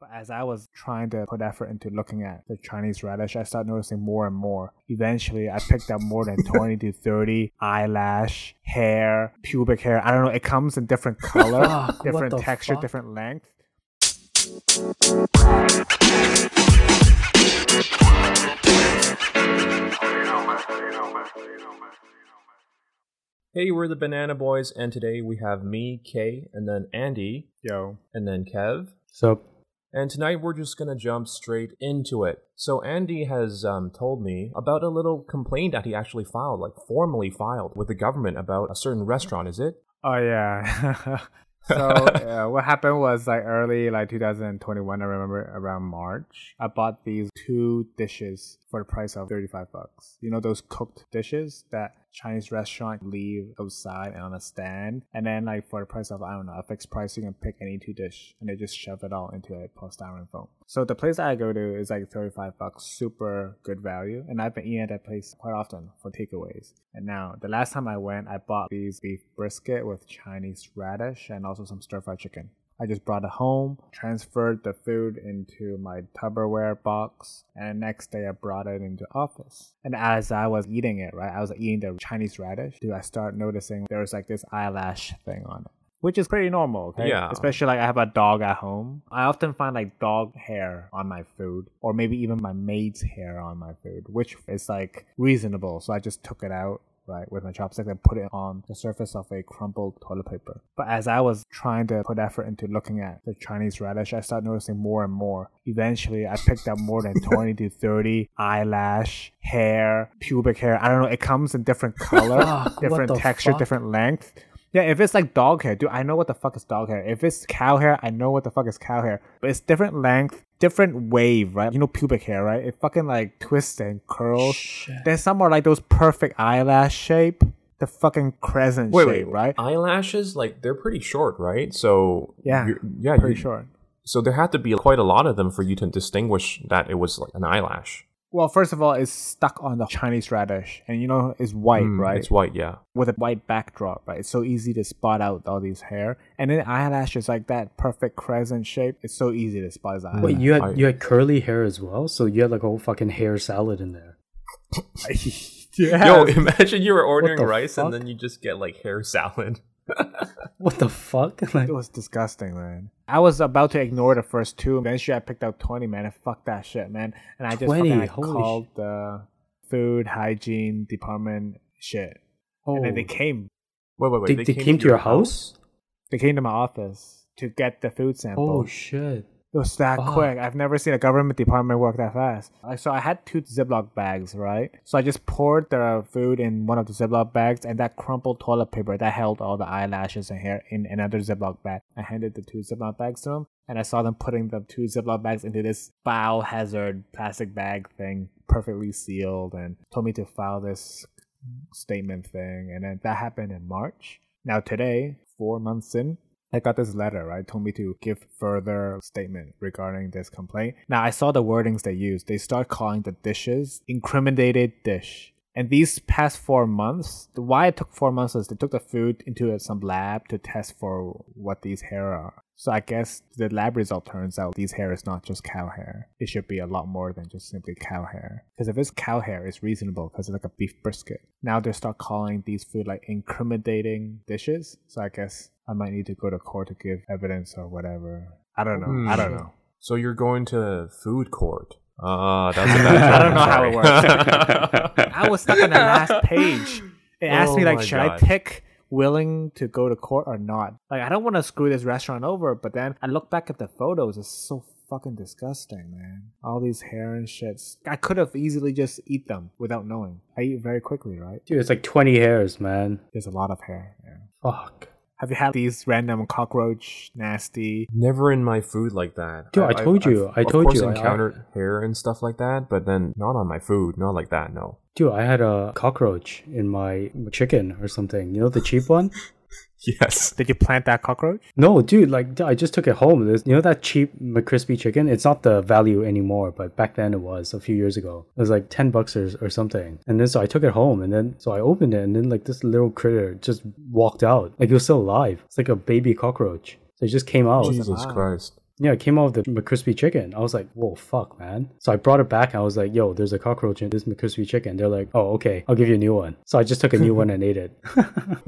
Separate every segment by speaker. Speaker 1: But as I was trying to put effort into looking at the Chinese radish, I started noticing more and more. Eventually, I picked up more than 20 to 30 eyelash, hair, pubic hair. I don't know. It comes in different color,
Speaker 2: Fuck, what
Speaker 1: different
Speaker 2: the
Speaker 1: texture,
Speaker 2: fuck?
Speaker 1: different length.
Speaker 3: Hey, we're the Banana Boys, and today we have me, Kay, and then Andy,
Speaker 1: Yo.
Speaker 3: and then Kev.
Speaker 2: So
Speaker 3: And tonight we're just gonna jump straight into it. So Andy has um, told me about a little complaint that he actually filed, like formally filed with the government about a certain restaurant. Is it?
Speaker 1: Oh yeah. so uh, what happened was like early like 2021 i remember around march i bought these two dishes for the price of 35 bucks you know those cooked dishes that chinese restaurant leave outside and on a stand and then like for the price of i don't know a fixed price you can pick any two dish and they just shove it all into a polystyrene foam so the place that i go to is like 35 bucks super good value and i've been eating at that place quite often for takeaways and now the last time i went i bought these beef brisket with chinese radish and also some stir fried chicken I just brought it home, transferred the food into my Tupperware box, and next day I brought it into office. And as I was eating it, right, I was eating the Chinese radish, dude, I started noticing there was like this eyelash thing on it. Which is pretty normal, okay?
Speaker 3: Yeah.
Speaker 1: Especially like I have a dog at home. I often find like dog hair on my food, or maybe even my maid's hair on my food, which is like reasonable. So I just took it out right, with my chopstick and put it on the surface of a crumpled toilet paper. But as I was trying to put effort into looking at the Chinese radish, I started noticing more and more. Eventually, I picked up more than 20 to 30 eyelash, hair, pubic hair. I don't know, it comes in different color,
Speaker 2: Fuck, what
Speaker 1: different
Speaker 2: the
Speaker 1: texture,
Speaker 2: fuck?
Speaker 1: different length. Yeah, if it's like dog hair, dude, I know what the fuck is dog hair. If it's cow hair, I know what the fuck is cow hair. But it's different length, different wave, right? You know pubic hair, right? It fucking like twists and curls. Then some are like those perfect eyelash shape, the fucking crescent shape, right?
Speaker 3: Eyelashes, like they're pretty short, right? So
Speaker 1: Yeah,
Speaker 3: you- yeah,
Speaker 1: pretty
Speaker 3: you-
Speaker 1: short.
Speaker 3: So there had to be quite a lot of them for you to distinguish that it was like an eyelash.
Speaker 1: Well, first of all, it's stuck on the Chinese radish, and you know it's white,
Speaker 3: Mm,
Speaker 1: right?
Speaker 3: It's white, yeah.
Speaker 1: With a white backdrop, right? It's so easy to spot out all these hair, and then eyelash is like that perfect crescent shape. It's so easy to spot as eyelash.
Speaker 2: wait, you had
Speaker 3: I-
Speaker 2: you had curly hair as well, so you had like a whole fucking hair salad in there.
Speaker 1: yeah.
Speaker 3: Yo, imagine you were ordering
Speaker 2: the
Speaker 3: rice
Speaker 2: fuck?
Speaker 3: and then you just get like hair salad.
Speaker 2: What the fuck? Like,
Speaker 1: It was disgusting, man. I was about to ignore the first two. Eventually, I picked up 20, man. And fuck that shit, man. And I just
Speaker 2: 20,
Speaker 1: fucking, like,
Speaker 2: holy
Speaker 1: called the food hygiene department shit.
Speaker 2: oh,
Speaker 1: And then they came.
Speaker 3: Wait, wait, wait.
Speaker 2: They- they came to your house?
Speaker 1: They came to my office to get the food sample.
Speaker 2: oh shit.
Speaker 1: It was that
Speaker 2: Fuck.
Speaker 1: quick. I've never seen a government department work that fast. Like, so I had two Ziploc bags, right? So I just poured the food in one of the Ziploc bags, and that crumpled toilet paper that held all the eyelashes and hair in another Ziploc bag. I handed the two Ziploc bags to them, and I saw them putting the two Ziploc bags into this biohazard plastic bag thing, perfectly sealed, and told me to file this statement thing. And then that happened in March. Now today, four months in, I got this letter, right? Told me to give further statement regarding this complaint. Now I saw the wordings they used. They start calling the dishes incriminated dish. And these past four months, the- why it took four months is they took the food into some lab to test for what these hair are. So I guess the lab result turns out these hair is not just cow hair. It should be a lot more than just simply cow hair. Because if it's cow hair, it's reasonable because it's like a beef brisket. Now they start calling these food like incriminating dishes. So I guess I might need to go to court to give evidence or whatever. I don't know. I don't know.
Speaker 3: So you're going to food court. Uh, that's a bad
Speaker 1: I
Speaker 3: joke,
Speaker 1: don't know how it
Speaker 3: sorry.
Speaker 1: works. I was stuck on the last page. It asked me
Speaker 3: Oh
Speaker 1: like,
Speaker 3: my
Speaker 1: should I
Speaker 3: God.
Speaker 1: pick willing to go to court or not? Like, I don't want to screw this restaurant over, but then I look back at the photos. It's so fucking disgusting, man. All these hair and shits. I could have easily just eat them without knowing. I eat very quickly, right?
Speaker 2: Dude, it's like twenty hairs, man.
Speaker 1: There's a lot of hair. Yeah.
Speaker 2: Fuck.
Speaker 1: Have you had these random cockroach nasty?
Speaker 3: Never in my food like that.
Speaker 2: Dude, I told you, I
Speaker 3: of
Speaker 2: told
Speaker 3: course
Speaker 2: you, I-
Speaker 3: encountered hair and stuff like that, but then not on my food, not like that. No.
Speaker 2: Dude, I had a cockroach in my chicken or something. You know the cheap one?
Speaker 3: Yes.
Speaker 1: Did you plant that cockroach?
Speaker 2: No, dude, like I just took it home. There's, you know that cheap McCrispy chicken? It's not the value anymore, but back then it was a few years ago. It was like 10 bucks or, or something. And then so I took it home and then so I opened it and then like this little critter just walked out. Like it was still alive. It's like a baby cockroach. So it just came out.
Speaker 3: Jesus
Speaker 1: alive.
Speaker 3: Christ.
Speaker 2: Yeah, it came out of the McCrispy chicken. I was like, whoa, fuck, man. So I brought it back. And I was like, yo, there's a cockroach in this McCrispy chicken. They're like, oh, okay, I'll give you a new one. So I just took a new one and ate it.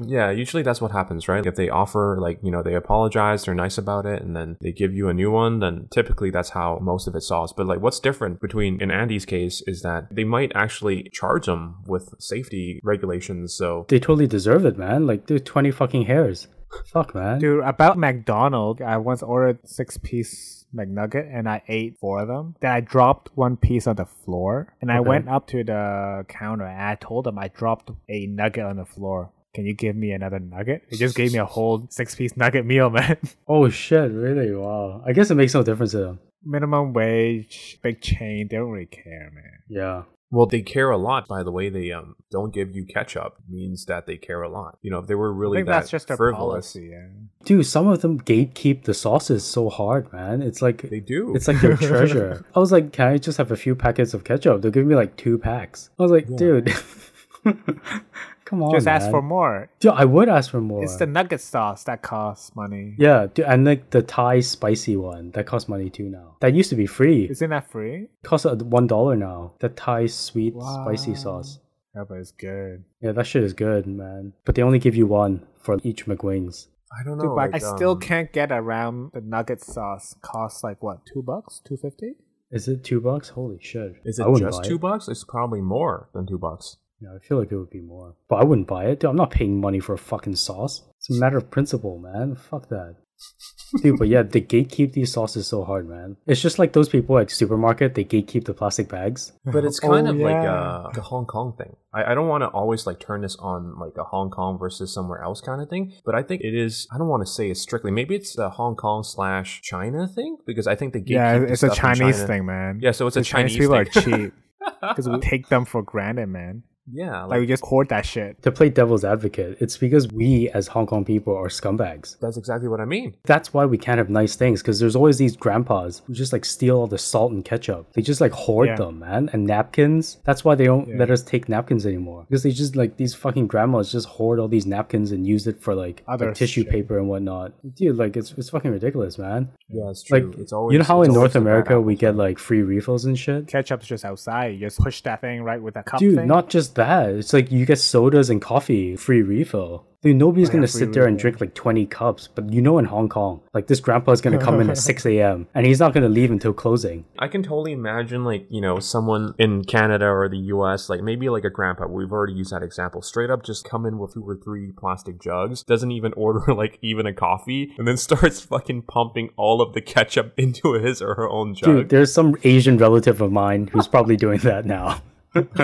Speaker 3: Yeah, usually that's what happens, right? If they offer, like, you know, they apologize, they're nice about it, and then they give you a new one, then typically that's how most of it solves. But, like, what's different between in Andy's case is that they might actually charge them with safety regulations. So,
Speaker 2: they totally deserve it, man. Like, dude, 20 fucking hairs. Fuck, man.
Speaker 1: Dude, about McDonald's, I once ordered six piece McNugget and I ate four of them. Then I dropped one piece on the floor and I
Speaker 2: Okay.
Speaker 1: went up to the counter and I told them I dropped a nugget on the floor. Can you give me another nugget? They just gave me a whole six piece nugget meal, man.
Speaker 2: Oh, shit, really? Wow. I guess it makes no difference to them.
Speaker 1: Minimum wage, big chain, they don't really care, man.
Speaker 2: Yeah.
Speaker 3: well, they care a lot by the way they um, don't give you ketchup, means that they care a lot. You know, if they were
Speaker 1: I
Speaker 3: really
Speaker 1: think
Speaker 3: that
Speaker 1: that's just their
Speaker 3: frivolous,
Speaker 1: policy. Yeah.
Speaker 2: Dude, some of them gatekeep the sauces so hard, man. It's like
Speaker 3: they do.
Speaker 2: It's like their treasure. I was like, can I just have a few packets of ketchup? They're giving me like two packs. I was like, dude, come on.
Speaker 1: just ask
Speaker 2: man.
Speaker 1: for more.
Speaker 2: Dude, I would ask for more.
Speaker 1: It's the nugget sauce that costs money.
Speaker 2: yeah, dude, and like the Thai spicy one that costs money too now. That used to be free. It
Speaker 1: Isn't that free?
Speaker 2: costs uh, one dollar now. The Thai sweet spicy
Speaker 1: Wow.
Speaker 2: sauce.
Speaker 1: Yeah, but it's good.
Speaker 2: Yeah, that shit is good, man. But they only give you one for each McWings.
Speaker 3: I don't know.
Speaker 1: Dude, but
Speaker 3: like,
Speaker 1: I still
Speaker 3: um,
Speaker 1: can't get around the nugget sauce. Costs like what, two bucks, two fifty?
Speaker 2: Is it two bucks? Holy shit!
Speaker 3: Is
Speaker 2: I
Speaker 3: it
Speaker 2: wouldn't
Speaker 3: just
Speaker 2: buy
Speaker 3: two bucks? It's probably more than two bucks.
Speaker 2: Yeah, I feel like it would be more. But I wouldn't buy it. Dude, I'm not paying money for a fucking sauce. It's a matter of principle, man. Fuck that. Dude, but yeah, they gatekeep these sauces so hard, man. It's just like those people at supermarket, they gatekeep the plastic bags.
Speaker 3: But it's
Speaker 1: Oh,
Speaker 3: kind of like
Speaker 1: yeah.
Speaker 3: uh, the Hong Kong thing. I, I don't want to always like turn this on like a Hong Kong versus somewhere else kind of thing. But I think it is. I don't want to say it's strictly. Maybe it's the Hong Kong slash China thing because I think they gatekeep
Speaker 1: Yeah,
Speaker 3: the
Speaker 1: it's a
Speaker 3: stuff in
Speaker 1: Chinese
Speaker 3: China.
Speaker 1: thing, man.
Speaker 3: Yeah, so it's a
Speaker 1: The
Speaker 3: Chinese
Speaker 1: people
Speaker 3: thing.
Speaker 1: are cheap because we take them for granted, man.
Speaker 3: Yeah,
Speaker 1: Like we
Speaker 3: like
Speaker 1: just hoard that shit.
Speaker 2: To play devil's advocate, it's because we as Hong Kong people are scumbags.
Speaker 3: that's exactly what I mean.
Speaker 2: That's why we can't have nice things, because there's always these grandpas who just like steal all the salt and ketchup. They just like hoard
Speaker 1: Yeah.
Speaker 2: them, man. And napkins. That's why they don't
Speaker 1: Yeah.
Speaker 2: let us take napkins anymore. Because they just like these fucking grandmas just hoard all these napkins and use it for like, like,
Speaker 1: Other
Speaker 2: tissue
Speaker 1: shit.
Speaker 2: paper and whatnot. Dude, like it's it's fucking ridiculous, man.
Speaker 3: Yeah, it's true.
Speaker 2: Like
Speaker 3: it's always
Speaker 2: you know how
Speaker 3: it's
Speaker 2: in
Speaker 3: always
Speaker 2: North
Speaker 3: the bad
Speaker 2: America we
Speaker 3: apples.
Speaker 2: get like free refills and shit?
Speaker 1: Ketchup's just outside. You just push that thing right with that cup
Speaker 2: Dude,
Speaker 1: thing.
Speaker 2: not just that. It's like you get sodas and coffee, free refill. Dude,
Speaker 1: Oh,
Speaker 2: nobody's
Speaker 1: yeah,
Speaker 2: gonna
Speaker 1: free
Speaker 2: sit there and
Speaker 1: refill.
Speaker 2: drink like 20 cups, but you know in Hong Kong, like this grandpa's gonna come in at 6 a.m. and he's not gonna leave until closing.
Speaker 3: I can totally imagine, like, you know, someone in Canada or the US, like maybe like a grandpa, we've already used that example, straight up just come in with two or three plastic jugs, doesn't even order like even a coffee, and then starts fucking pumping all of the ketchup into his or her own
Speaker 2: Dude,
Speaker 3: jug.
Speaker 2: there's some Asian relative of mine who's probably doing that now.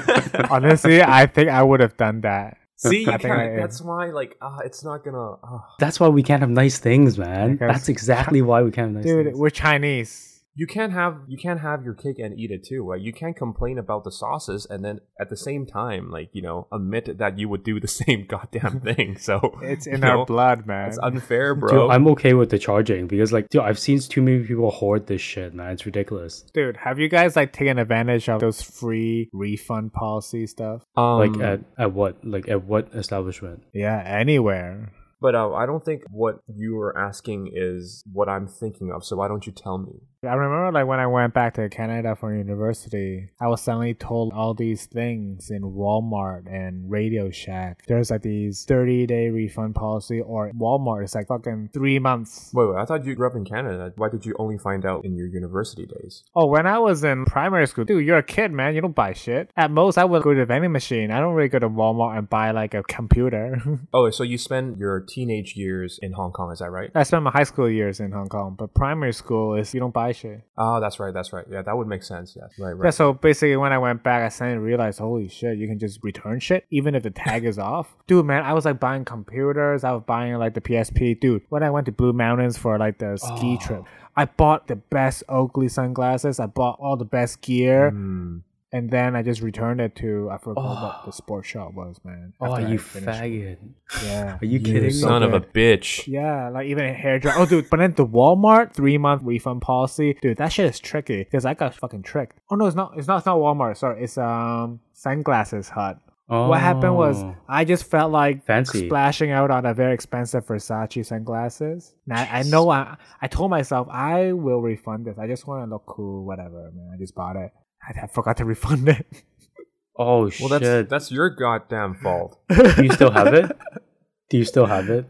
Speaker 1: Honestly, I think I would have done that.
Speaker 3: See, you
Speaker 1: I think I
Speaker 3: can't,
Speaker 1: am.
Speaker 3: that's why, like, ah, it's not gonna. ah.
Speaker 2: That's why we can't have nice things, man.
Speaker 1: Okay.
Speaker 2: That's exactly why we can't have nice
Speaker 1: Dude,
Speaker 2: things.
Speaker 1: we're Chinese.
Speaker 3: You can't have you can't have your cake and eat it too. Right? You can't complain about the sauces and then at the same time, like you know, admit that you would do the same goddamn thing. So
Speaker 1: It's
Speaker 3: you
Speaker 1: in
Speaker 3: know,
Speaker 1: our blood, man.
Speaker 3: It's unfair, bro.
Speaker 2: Dude, I'm okay with the charging because, like, dude, I've seen too many people hoard this shit, man. It's ridiculous.
Speaker 1: Dude, have you guys like taken advantage of those free refund policy stuff?
Speaker 3: Um,
Speaker 2: like, at, at what? Like, at what establishment?
Speaker 1: Yeah, anywhere.
Speaker 3: but uh, I don't think what you were asking is what I'm thinking of. So why don't you tell me?
Speaker 1: I remember like when I went back to Canada for university, I was suddenly told all these things in Walmart and Radio Shack. There's like these 30 day refund policy, or Walmart is like fucking three months.
Speaker 3: Wait, wait. I thought you grew up in Canada. Why did you only find out in your university days?
Speaker 1: Oh, when I was in primary school, dude, you're a kid, man. You don't buy shit. At most, I would go to the vending machine. I don't really go to Walmart and buy like a computer.
Speaker 3: Oh, so you spend your teenage years in Hong Kong? Is that right?
Speaker 1: I spent my high school years in Hong Kong, but primary school is you don't buy shit.
Speaker 3: Oh, that's right. That's right. Yeah, that would make sense. Yes. Right. Right.
Speaker 1: Yeah, so basically, when I went back, I suddenly realized, holy shit, you can just return shit even if the tag is off. Dude, man, I was like buying computers, I was buying like the PSP. Dude, when I went to Blue Mountains for like the ski
Speaker 2: Oh.
Speaker 1: trip, I bought the best Oakley sunglasses, I bought all the best gear,
Speaker 2: Mm-hmm.
Speaker 3: Hmm.
Speaker 1: and then I just returned it to, I forgot
Speaker 2: Oh.
Speaker 1: what the sports shop was, man.
Speaker 2: Oh,
Speaker 1: after I
Speaker 2: you
Speaker 1: finished.
Speaker 2: faggot.
Speaker 1: Yeah.
Speaker 2: Are you kidding
Speaker 3: You
Speaker 2: me?
Speaker 3: son of a bitch.
Speaker 1: Yeah, like even a hairdryer. Oh, dude, but then the Walmart three month refund policy, dude, that shit is tricky because I got fucking tricked. Oh no, it's not. It's not. It's not Walmart. Sorry, it's um Sunglasses Hut. What happened was
Speaker 2: Oh.
Speaker 1: I just felt like
Speaker 2: Fancy.
Speaker 1: splashing out on a very expensive Versace sunglasses. And I, I know I I told myself I will refund this. I just want to look cool, whatever, man. I just bought it. I, I forgot to refund it.
Speaker 2: Oh
Speaker 3: Well,
Speaker 2: shit!
Speaker 3: that's that's your goddamn fault.
Speaker 2: Do you still have it? Do you still have it?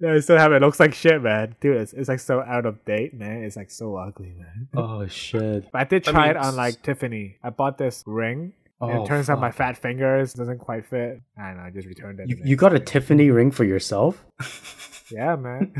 Speaker 1: No, I still have it. It looks like shit, man. Dude, it's, it's like so out of date, man. It's like so ugly, man.
Speaker 2: oh shit!
Speaker 1: But I did
Speaker 3: I
Speaker 1: try it
Speaker 3: mean,
Speaker 1: on
Speaker 3: s-
Speaker 1: like Tiffany. I bought this ring. and
Speaker 2: Oh,
Speaker 1: it turns out my
Speaker 2: fuck.
Speaker 1: fat fingers doesn't quite fit. I don't know. I just returned it.
Speaker 2: You,
Speaker 1: the
Speaker 2: you
Speaker 1: next
Speaker 2: got a
Speaker 1: day.
Speaker 2: Tiffany ring for yourself?
Speaker 1: Yeah, man.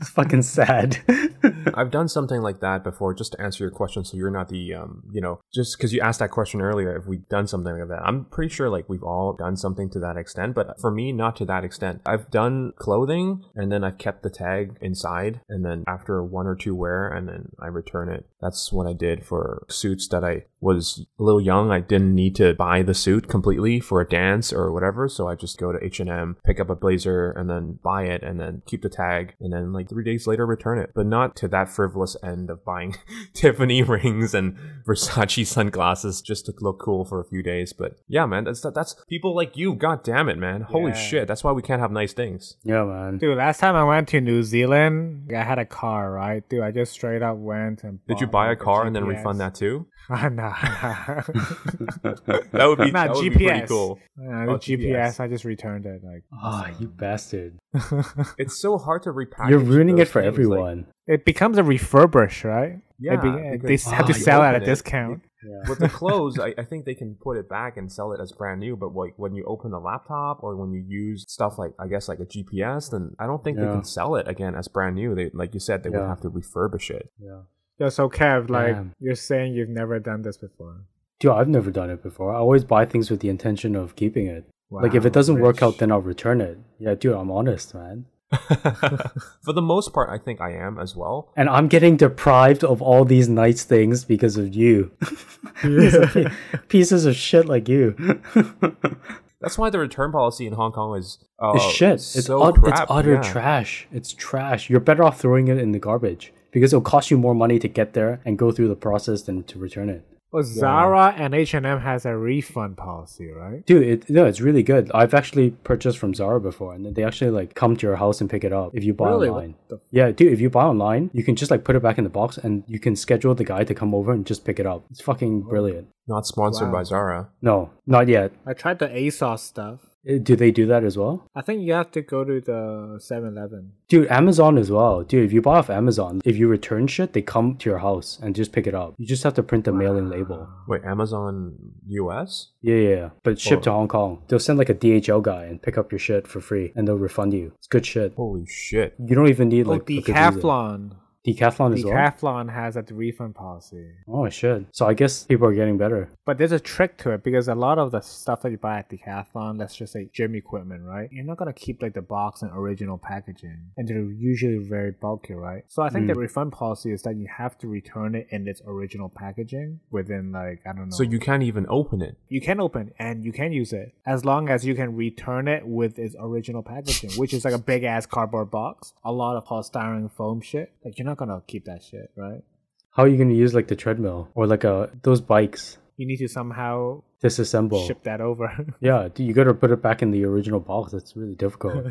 Speaker 2: It's fucking sad.
Speaker 3: I've done something like that before, just to answer your question, so you're not the, um, you know, just because you asked that question earlier, if we've done something like that. I'm pretty sure like we've all done something to that extent, but for me, not to that extent. I've done clothing, and then I've kept the tag inside, and then after one or two wear, and then I return it. That's what I did for suits that I was a little young. I didn't need to buy the suit completely for a dance or whatever, so I just go to H and M, pick up a blazer, and then buy it, and then keep the tag, and then like three days later return it. But not to that frivolous end of buying Tiffany rings and Versace sunglasses just to look cool for a few days. But yeah, man, that's that's people like you. God damn it, man! Holy
Speaker 1: Yeah.
Speaker 3: shit, that's why we can't have nice things.
Speaker 2: yeah, man.
Speaker 1: Dude, last time I went to New Zealand, I had a car, right? Dude, I just straight up went and.
Speaker 3: Did you
Speaker 1: bought,
Speaker 3: buy a
Speaker 1: like,
Speaker 3: car and then
Speaker 1: GPS.
Speaker 3: refund that too?
Speaker 1: Ah, nah,
Speaker 3: That would be,
Speaker 1: nah.
Speaker 3: that
Speaker 1: nah,
Speaker 3: would
Speaker 1: GPS.
Speaker 3: be pretty cool.
Speaker 1: Nah,
Speaker 3: Oh,
Speaker 1: Uh, the GPS.
Speaker 3: GPS.
Speaker 1: I just returned it. Like,
Speaker 2: Ah, you bastard!
Speaker 3: It's so hard to repackage.
Speaker 2: You're ruining
Speaker 3: those
Speaker 2: it for
Speaker 3: things, like-
Speaker 2: everyone.
Speaker 1: it becomes a refurbish, right?
Speaker 3: Yeah,
Speaker 1: It be, they
Speaker 3: because-
Speaker 1: s- have to
Speaker 2: Ah, you
Speaker 1: sell at a
Speaker 3: open it.
Speaker 1: discount.
Speaker 2: yeah.
Speaker 3: with the clothes, I, I think they can put it back and sell it as brand new. But like when you open a laptop or when you use stuff like I guess like a GPS, then I don't think they
Speaker 2: Yeah.
Speaker 3: can sell it again as brand new. They like you said, they would
Speaker 2: Yeah.
Speaker 3: have to refurbish it.
Speaker 2: yeah.
Speaker 1: Yeah, so Kev, like
Speaker 2: Damn.
Speaker 1: you're saying, you've never done this before.
Speaker 2: Dude, I've never done it before. I always buy things with the intention of keeping it. like if
Speaker 1: Wow,
Speaker 2: it doesn't work
Speaker 1: rich.
Speaker 2: out, then I'll return it. Yeah, dude, I'm honest, man.
Speaker 3: For the most part, I think I am as well.
Speaker 2: And I'm getting deprived of all these nice things because of you. These are pi- pieces of shit like you.
Speaker 3: That's why the return policy in Hong Kong is uh,
Speaker 2: it's shit. It's,
Speaker 3: so
Speaker 2: ut-
Speaker 3: crap.
Speaker 2: it's utter
Speaker 3: yeah.
Speaker 2: trash. It's trash. You're better off throwing it in the garbage because it'll cost you more money to get there and go through the process than to return it.
Speaker 1: Well, Zara and H and M has a refund policy, right?
Speaker 2: Dude, it, no, it's really good. I've actually purchased from Zara before, and they actually like come to your house and pick it up if you buy
Speaker 1: Really? What
Speaker 2: online. yeah, dude, if you buy online, you can just like put it back in the box, and you can schedule the guy to come over and just pick it up. It's fucking
Speaker 3: Oh.
Speaker 2: brilliant.
Speaker 3: Not sponsored
Speaker 1: Wow.
Speaker 3: by Zara.
Speaker 2: No, not yet.
Speaker 1: I tried the ASOS stuff.
Speaker 2: Uh, Do they do that as well?
Speaker 1: I think you have to go to the 7-Eleven.
Speaker 2: Dude, Amazon as well. Dude, if you buy off Amazon, if you return shit, they come to your house and just pick it up. You just have to print the mail-in label.
Speaker 3: Wait, Amazon US?
Speaker 2: Yeah, yeah, yeah. But shipped to
Speaker 3: Or-
Speaker 2: Hong Kong. They'll send like a DHL guy and pick up your shit for free, and they'll refund you. It's good shit.
Speaker 3: Holy shit!
Speaker 2: You don't even need
Speaker 1: Oh,
Speaker 2: like a good reason.
Speaker 1: Decathlon.
Speaker 2: Decathlon as well.
Speaker 1: Decathlon has a refund policy.
Speaker 2: Oh shit! So I guess people are getting better.
Speaker 1: But there's a trick to it because a lot of the stuff that you buy at Decathlon, let's just say gym equipment, right? You're not gonna keep like the box and original packaging, and they're usually very bulky, right? So I think the refund policy is that you have to return it in its original packaging within like I don't know.
Speaker 3: So you can't even open it.
Speaker 1: you can open and you can use it as long as you can return it with its original packaging, which is like a big ass cardboard box, a lot of polystyrene foam shit. Like you're not gonna keep that shit, right?
Speaker 2: How are you gonna use like the treadmill or like uh those bikes?
Speaker 1: You need to somehow
Speaker 2: Disassemble.
Speaker 1: ship that over.
Speaker 2: Yeah, dude, you gotta put it back in the original box. That's really difficult.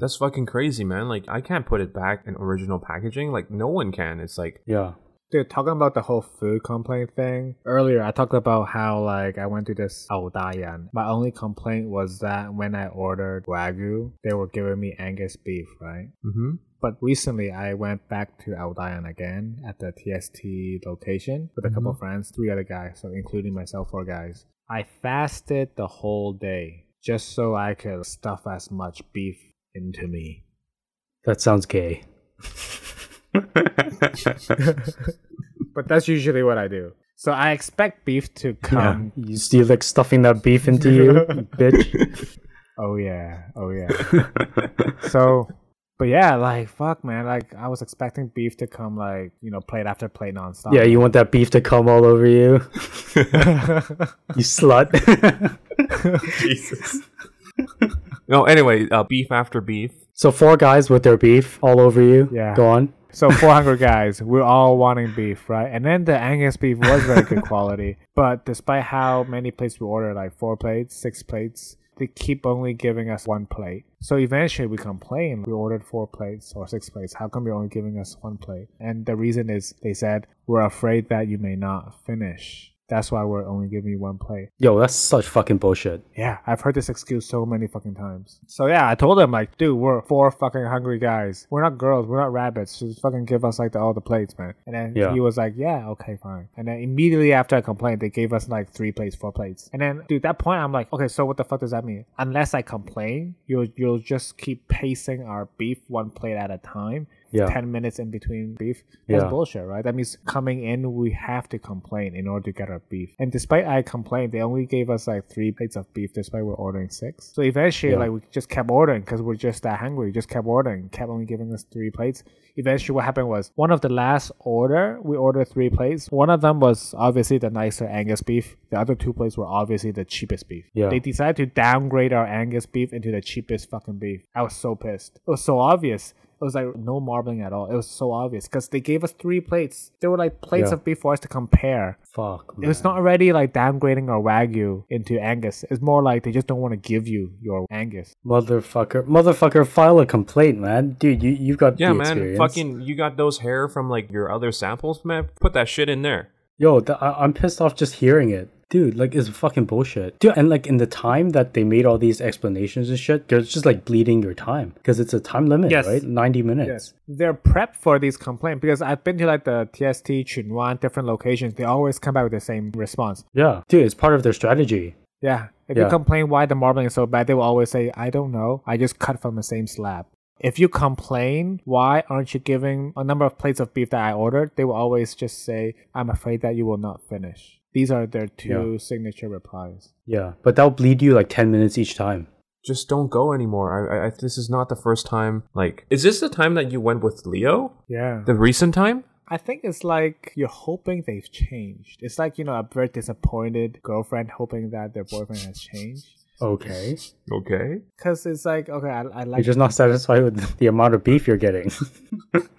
Speaker 3: That's fucking crazy, man. Like, I can't put it back in original packaging. Like, no one can. It's like,
Speaker 2: yeah.
Speaker 1: Dude, talking about the whole food complaint thing earlier, I talked about how like I went to this Aodayan. My only complaint was that when I ordered wagyu, they were giving me Angus beef, right?
Speaker 3: mm-hmm.
Speaker 1: But recently, I went back to Aodayan again at the TST location with a couple
Speaker 2: Mm-hmm.
Speaker 1: of friends, three other guys, so including myself, four guys. I fasted the whole day just so I could stuff as much beef into me.
Speaker 2: That sounds gay.
Speaker 1: But that's usually what I do. So I expect beef to come
Speaker 2: you still like stuffing that beef into you, bitch.
Speaker 1: Oh yeah, oh yeah. so, but yeah, like fuck, man. Like I was expecting beef to come, like you know, plate after plate nonstop.
Speaker 2: Yeah, you want that beef to come all over you, you slut.
Speaker 3: Jesus. no, anyway, uh, beef after beef.
Speaker 2: so four guys with their beef all over you.
Speaker 1: Yeah.
Speaker 2: Go on.
Speaker 1: So four hungry guys, we're all wanting beef, right? And then the Angus beef was very good quality, but despite how many plates we ordered, like four plates, six plates, they keep only giving us one plate. So eventually we complain, we ordered four plates or six plates. How come you're only giving us one plate? And the reason is they said, we're afraid that you may not finish. That's why we're only giving you one plate.
Speaker 2: Yo, that's such fucking bullshit.
Speaker 1: Yeah, I've heard this excuse so many fucking times. So yeah, I told them like, dude, we're four fucking hungry guys. We're not girls. We're not rabbits. Just fucking give us like the, all the plates, man. And then
Speaker 2: Yeah.
Speaker 1: he was like, yeah, okay, fine. And then immediately after I complained, they gave us like three plates, four plates. And then, dude, that point I'm like, okay, so what the fuck does that mean? Unless I complain, you'll you'll just keep pacing our beef one plate at a time.
Speaker 2: Yeah.
Speaker 1: 10 minutes in between beef. That's
Speaker 2: Yeah.
Speaker 1: bullshit, right? That means coming in, we have to complain in order to get our beef. And despite I complained, they only gave us like three plates of beef despite we're ordering six. So eventually,
Speaker 2: Yeah.
Speaker 1: like, we just kept ordering because we're just that hungry. Just kept ordering, kept only giving us three plates. Eventually, what happened was one of the last order, we ordered three plates. One of them was obviously the nicer Angus beef. The other two plates were obviously the cheapest beef.
Speaker 2: Yeah.
Speaker 1: They decided to downgrade our Angus beef into the cheapest fucking beef. I was so pissed. It was so obvious. It was like no marbling at all. It was so obvious because they gave us three plates. There were like plates
Speaker 2: Yeah.
Speaker 1: of beef for us to compare.
Speaker 2: Fuck.
Speaker 1: It's not already like downgrading our wagyu into Angus. It's more like they just don't want to give you your Angus.
Speaker 2: Motherfucker, motherfucker, file a complaint, man. Dude, you you've got
Speaker 3: Yeah,
Speaker 2: the
Speaker 3: man.
Speaker 2: experience.
Speaker 3: Fucking, you got those hair from like your other samples, man. Put that shit in there.
Speaker 2: yo, th- I- I'm pissed off just hearing it, dude. Like, it's fucking bullshit, dude. And like in the time that they made all these explanations and shit, they're just like bleeding your time because it's a time limit,
Speaker 1: Yes.
Speaker 2: right? Ninety minutes.
Speaker 1: They're prepped for these complaints because I've been to like the TST, Chunwan, different locations. They always come back with the same response.
Speaker 2: Yeah, dude, it's part of their strategy.
Speaker 1: Yeah. If you
Speaker 2: Yeah.
Speaker 1: complain why the marbling is so bad, they will always say, I don't know. I just cut from the same slab. If you complain, why aren't you giving a number of plates of beef that I ordered? They will always just say, I'm afraid that you will not finish. These are their two signature replies.
Speaker 2: Yeah, but that'll bleed you like ten minutes each time.
Speaker 3: Just don't go anymore. I, I, I, this is not the first time. Like, is this the time that you went with Leo?
Speaker 1: Yeah.
Speaker 3: The recent time?
Speaker 1: I think it's like you're hoping they've changed. It's like, you know, a very disappointed girlfriend hoping that their boyfriend has changed.
Speaker 2: Okay,
Speaker 3: Okay.
Speaker 1: Because it's like, okay, I, I
Speaker 2: you're
Speaker 1: like
Speaker 2: just not satisfied with the amount of beef you're getting.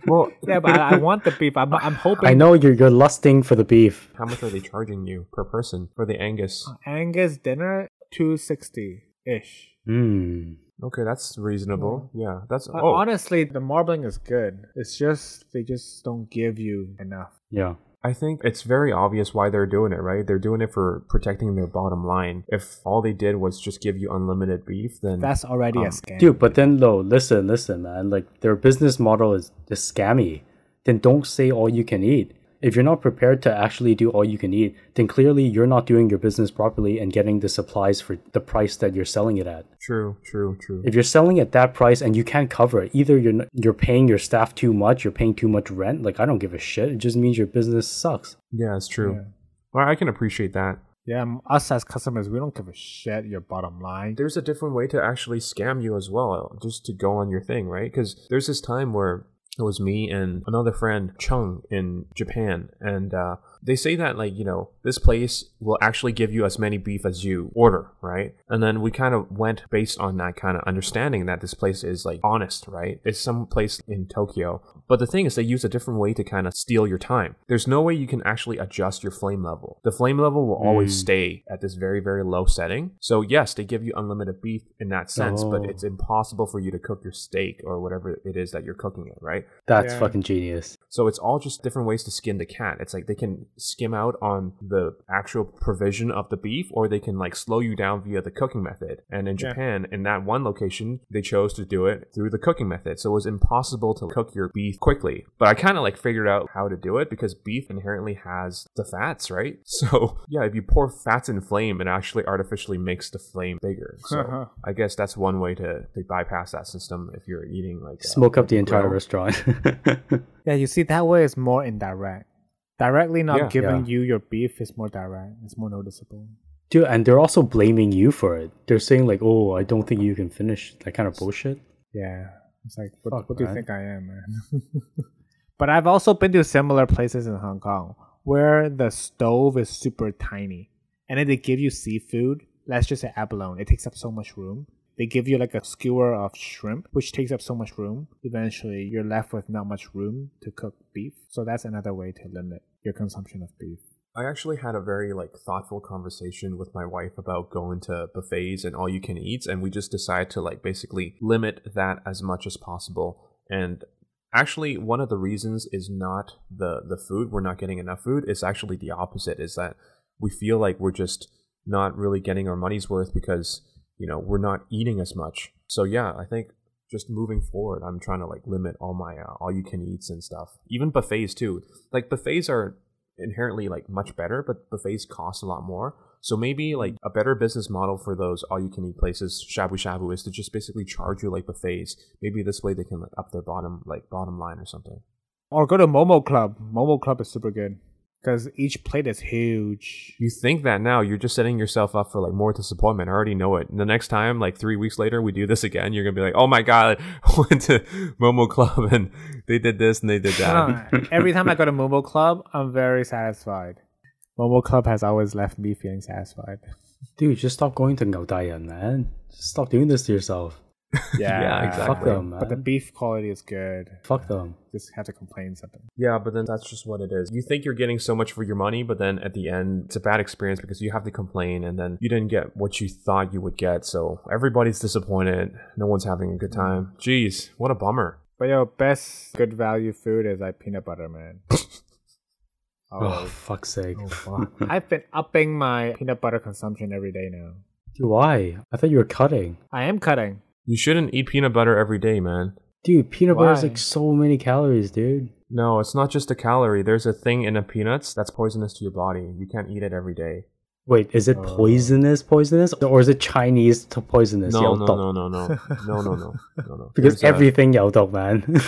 Speaker 3: Well,
Speaker 1: Yeah, but I, I want the beef. I'm, I'm hoping
Speaker 2: I know you're you're lusting for the beef.
Speaker 3: how much are they charging you per person for the Angus?
Speaker 1: Angus dinner 260 ish.
Speaker 2: Hmm.
Speaker 3: Okay, that's reasonable. Yeah, that's.
Speaker 1: Uh,
Speaker 3: Oh,
Speaker 1: Honestly, the marbling is good. It's just they just don't give you enough.
Speaker 2: Yeah.
Speaker 3: I think it's very obvious why they're doing it, right? They're doing it for protecting their bottom line. If all they did was just give you unlimited beef, then
Speaker 1: That's already a
Speaker 3: Um,
Speaker 1: scam.
Speaker 2: Dude, but then though, listen, listen, man. Like their business model is just scammy. Then don't say all you can eat. If you're not prepared to actually do all you can eat, then clearly you're not doing your business properly and getting the supplies for the price that you're selling it at.
Speaker 3: true, true, true.
Speaker 2: If you're selling at that price and you can't cover it, either you're n- you're paying your staff too much, you're paying too much rent. Like I don't give a shit. It just means your business sucks.
Speaker 3: yeah, it's true.
Speaker 1: Yeah.
Speaker 3: Well, I can appreciate that.
Speaker 1: Yeah, m- us as customers, we don't give a shit your bottom line.
Speaker 3: There's a different way to actually scam you as well, just to go on your thing, right? Because there's this time where it was me and another friend, Chung, in Japan, and uh, they say that, like, you know, this place will actually give you as many beef as you order, right? And then we kind of went based on that kind of understanding that this place is, like, honest, right? It's some place in Tokyo. But the thing is, they use a different way to kind of steal your time. There's no way you can actually adjust your flame level. The flame level will always
Speaker 2: Mm.
Speaker 3: stay at this very, very low setting. So, yes, they give you unlimited beef in that sense, but
Speaker 2: Oh.
Speaker 3: it's impossible for you to cook your steak or whatever it is that you're cooking it, right?
Speaker 2: That's
Speaker 1: Yeah.
Speaker 2: fucking genius.
Speaker 3: So it's all just different ways to skin the cat. It's like they can skim out on the actual provision of the beef, or they can like slow you down via the cooking method. And in
Speaker 1: Yeah.
Speaker 3: Japan, in that one location, they chose to do it through the cooking method. So it was impossible to cook your beef quickly. But I kind of like figured out how to do it because beef inherently has the fats, right? So yeah, if you pour fats in flame, it actually artificially makes the flame bigger. So I guess that's one way to, to bypass that system if you're eating like uh,
Speaker 2: Smoke up the entire
Speaker 3: grill.
Speaker 2: restaurant.
Speaker 1: Yeah, you see, that way is more indirect. Directly not
Speaker 3: Yeah.
Speaker 1: giving
Speaker 2: Yeah.
Speaker 1: you your beef is more direct. It's more noticeable.
Speaker 2: Dude, and they're also blaming you for it. They're saying like, "Oh, I don't think you can finish." That kind of bullshit.
Speaker 1: Yeah. It's like, what,
Speaker 2: Fuck,
Speaker 1: what do you
Speaker 2: man.
Speaker 1: think I am, man? but I've also been to similar places in Hong Kong where the stove is super tiny. And then they give you seafood. Let's just say abalone. It takes up so much room. They give you like a skewer of shrimp, which takes up so much room. Eventually, you're left with not much room to cook beef. So that's another way to limit your consumption of beef.
Speaker 3: I actually had a very like thoughtful conversation with my wife about going to buffets and all you can eats and we just decided to like basically limit that as much as possible and actually one of the reasons is not the the food we're not getting enough food it's actually the opposite is that we feel like we're just not really getting our money's worth because you know we're not eating as much so yeah i think just moving forward i'm trying to like limit all my uh, all you can eats and stuff even buffets too like buffets are inherently like much better, but buffets cost a lot more. So maybe like a better business model for those all you can eat places, shabu shabu, is to just basically charge you like buffets. Maybe this way they can like up their bottom like bottom line or something.
Speaker 1: Or go to Momo Club. Momo Club is super good because each plate is huge.
Speaker 3: You think that now you're just setting yourself up for like more disappointment. I already know it. And the next time, like three weeks later, we do this again, you're gonna be like, "Oh my god, I went to Momo Club and they did this and they did that."
Speaker 1: Nah, Every time I go to Momo Club, I'm very satisfied. Momo Club has always left me feeling satisfied.
Speaker 2: Dude, just stop going to Ngaudayan, man. Just stop doing this to yourself.
Speaker 1: Yeah,
Speaker 3: exactly.
Speaker 2: Fuck them, man.
Speaker 1: But the beef quality is good.
Speaker 2: Fuck them.
Speaker 1: Just have to complain something.
Speaker 3: Yeah, but then that's just what it is. You think you're getting so much for your money, but then at the end, it's a bad experience because you have to complain and then you didn't get what you thought you would get. So everybody's disappointed. No one's having a good time. Jeez, what a bummer.
Speaker 1: But yo, best good value food is like peanut butter, man.
Speaker 2: Oh,
Speaker 1: oh,
Speaker 2: fuck's sake.
Speaker 1: oh fuck. I've been upping my peanut butter consumption every day now.
Speaker 2: Dude, why? I thought you were cutting.
Speaker 1: I am cutting.
Speaker 3: You shouldn't eat peanut butter every day, man.
Speaker 2: Dude, peanut butter is
Speaker 1: Why?
Speaker 2: like so many calories, dude.
Speaker 3: No, it's not just a calorie. There's a thing in the peanuts that's poisonous to your body. You can't eat it every day.
Speaker 2: Wait, is it poisonous, poisonous? Or is it Chinese to poisonous?
Speaker 3: No,
Speaker 2: Yao
Speaker 3: no,
Speaker 2: dou.
Speaker 3: no, no, no, no, no, no, no, no.
Speaker 2: Because
Speaker 3: There's a-
Speaker 2: everything Yao dou, man.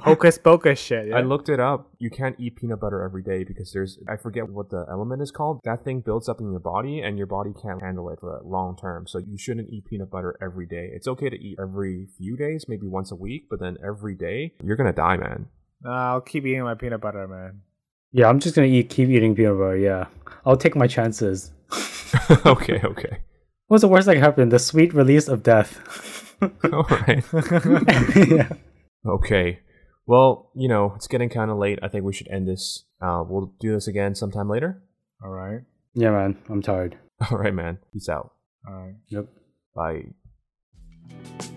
Speaker 1: Hocus pocus shit. Yeah?
Speaker 3: I looked it up. You can't eat peanut butter every day because there's I forget what the element is called. That thing builds up in your body and your body can't handle it for long term. So you shouldn't eat peanut butter every day. It's okay to eat every few days, maybe once a week, but then every day you're gonna die, man.
Speaker 1: Nah, I'll keep eating my peanut butter, man.
Speaker 2: yeah, I'm just gonna eat, keep eating peanut butter, yeah. I'll take my chances.
Speaker 3: okay, okay,
Speaker 2: What's the worst that could happen? The sweet release of death.
Speaker 3: all right,
Speaker 2: yeah.
Speaker 3: okay. Well, you know it's getting kind of late. I think we should end this. Uh, we'll do this again sometime later.
Speaker 1: All right.
Speaker 2: yeah, man, I'm tired.
Speaker 3: All right, man. Peace out.
Speaker 1: All right.
Speaker 2: Yep.
Speaker 3: Bye.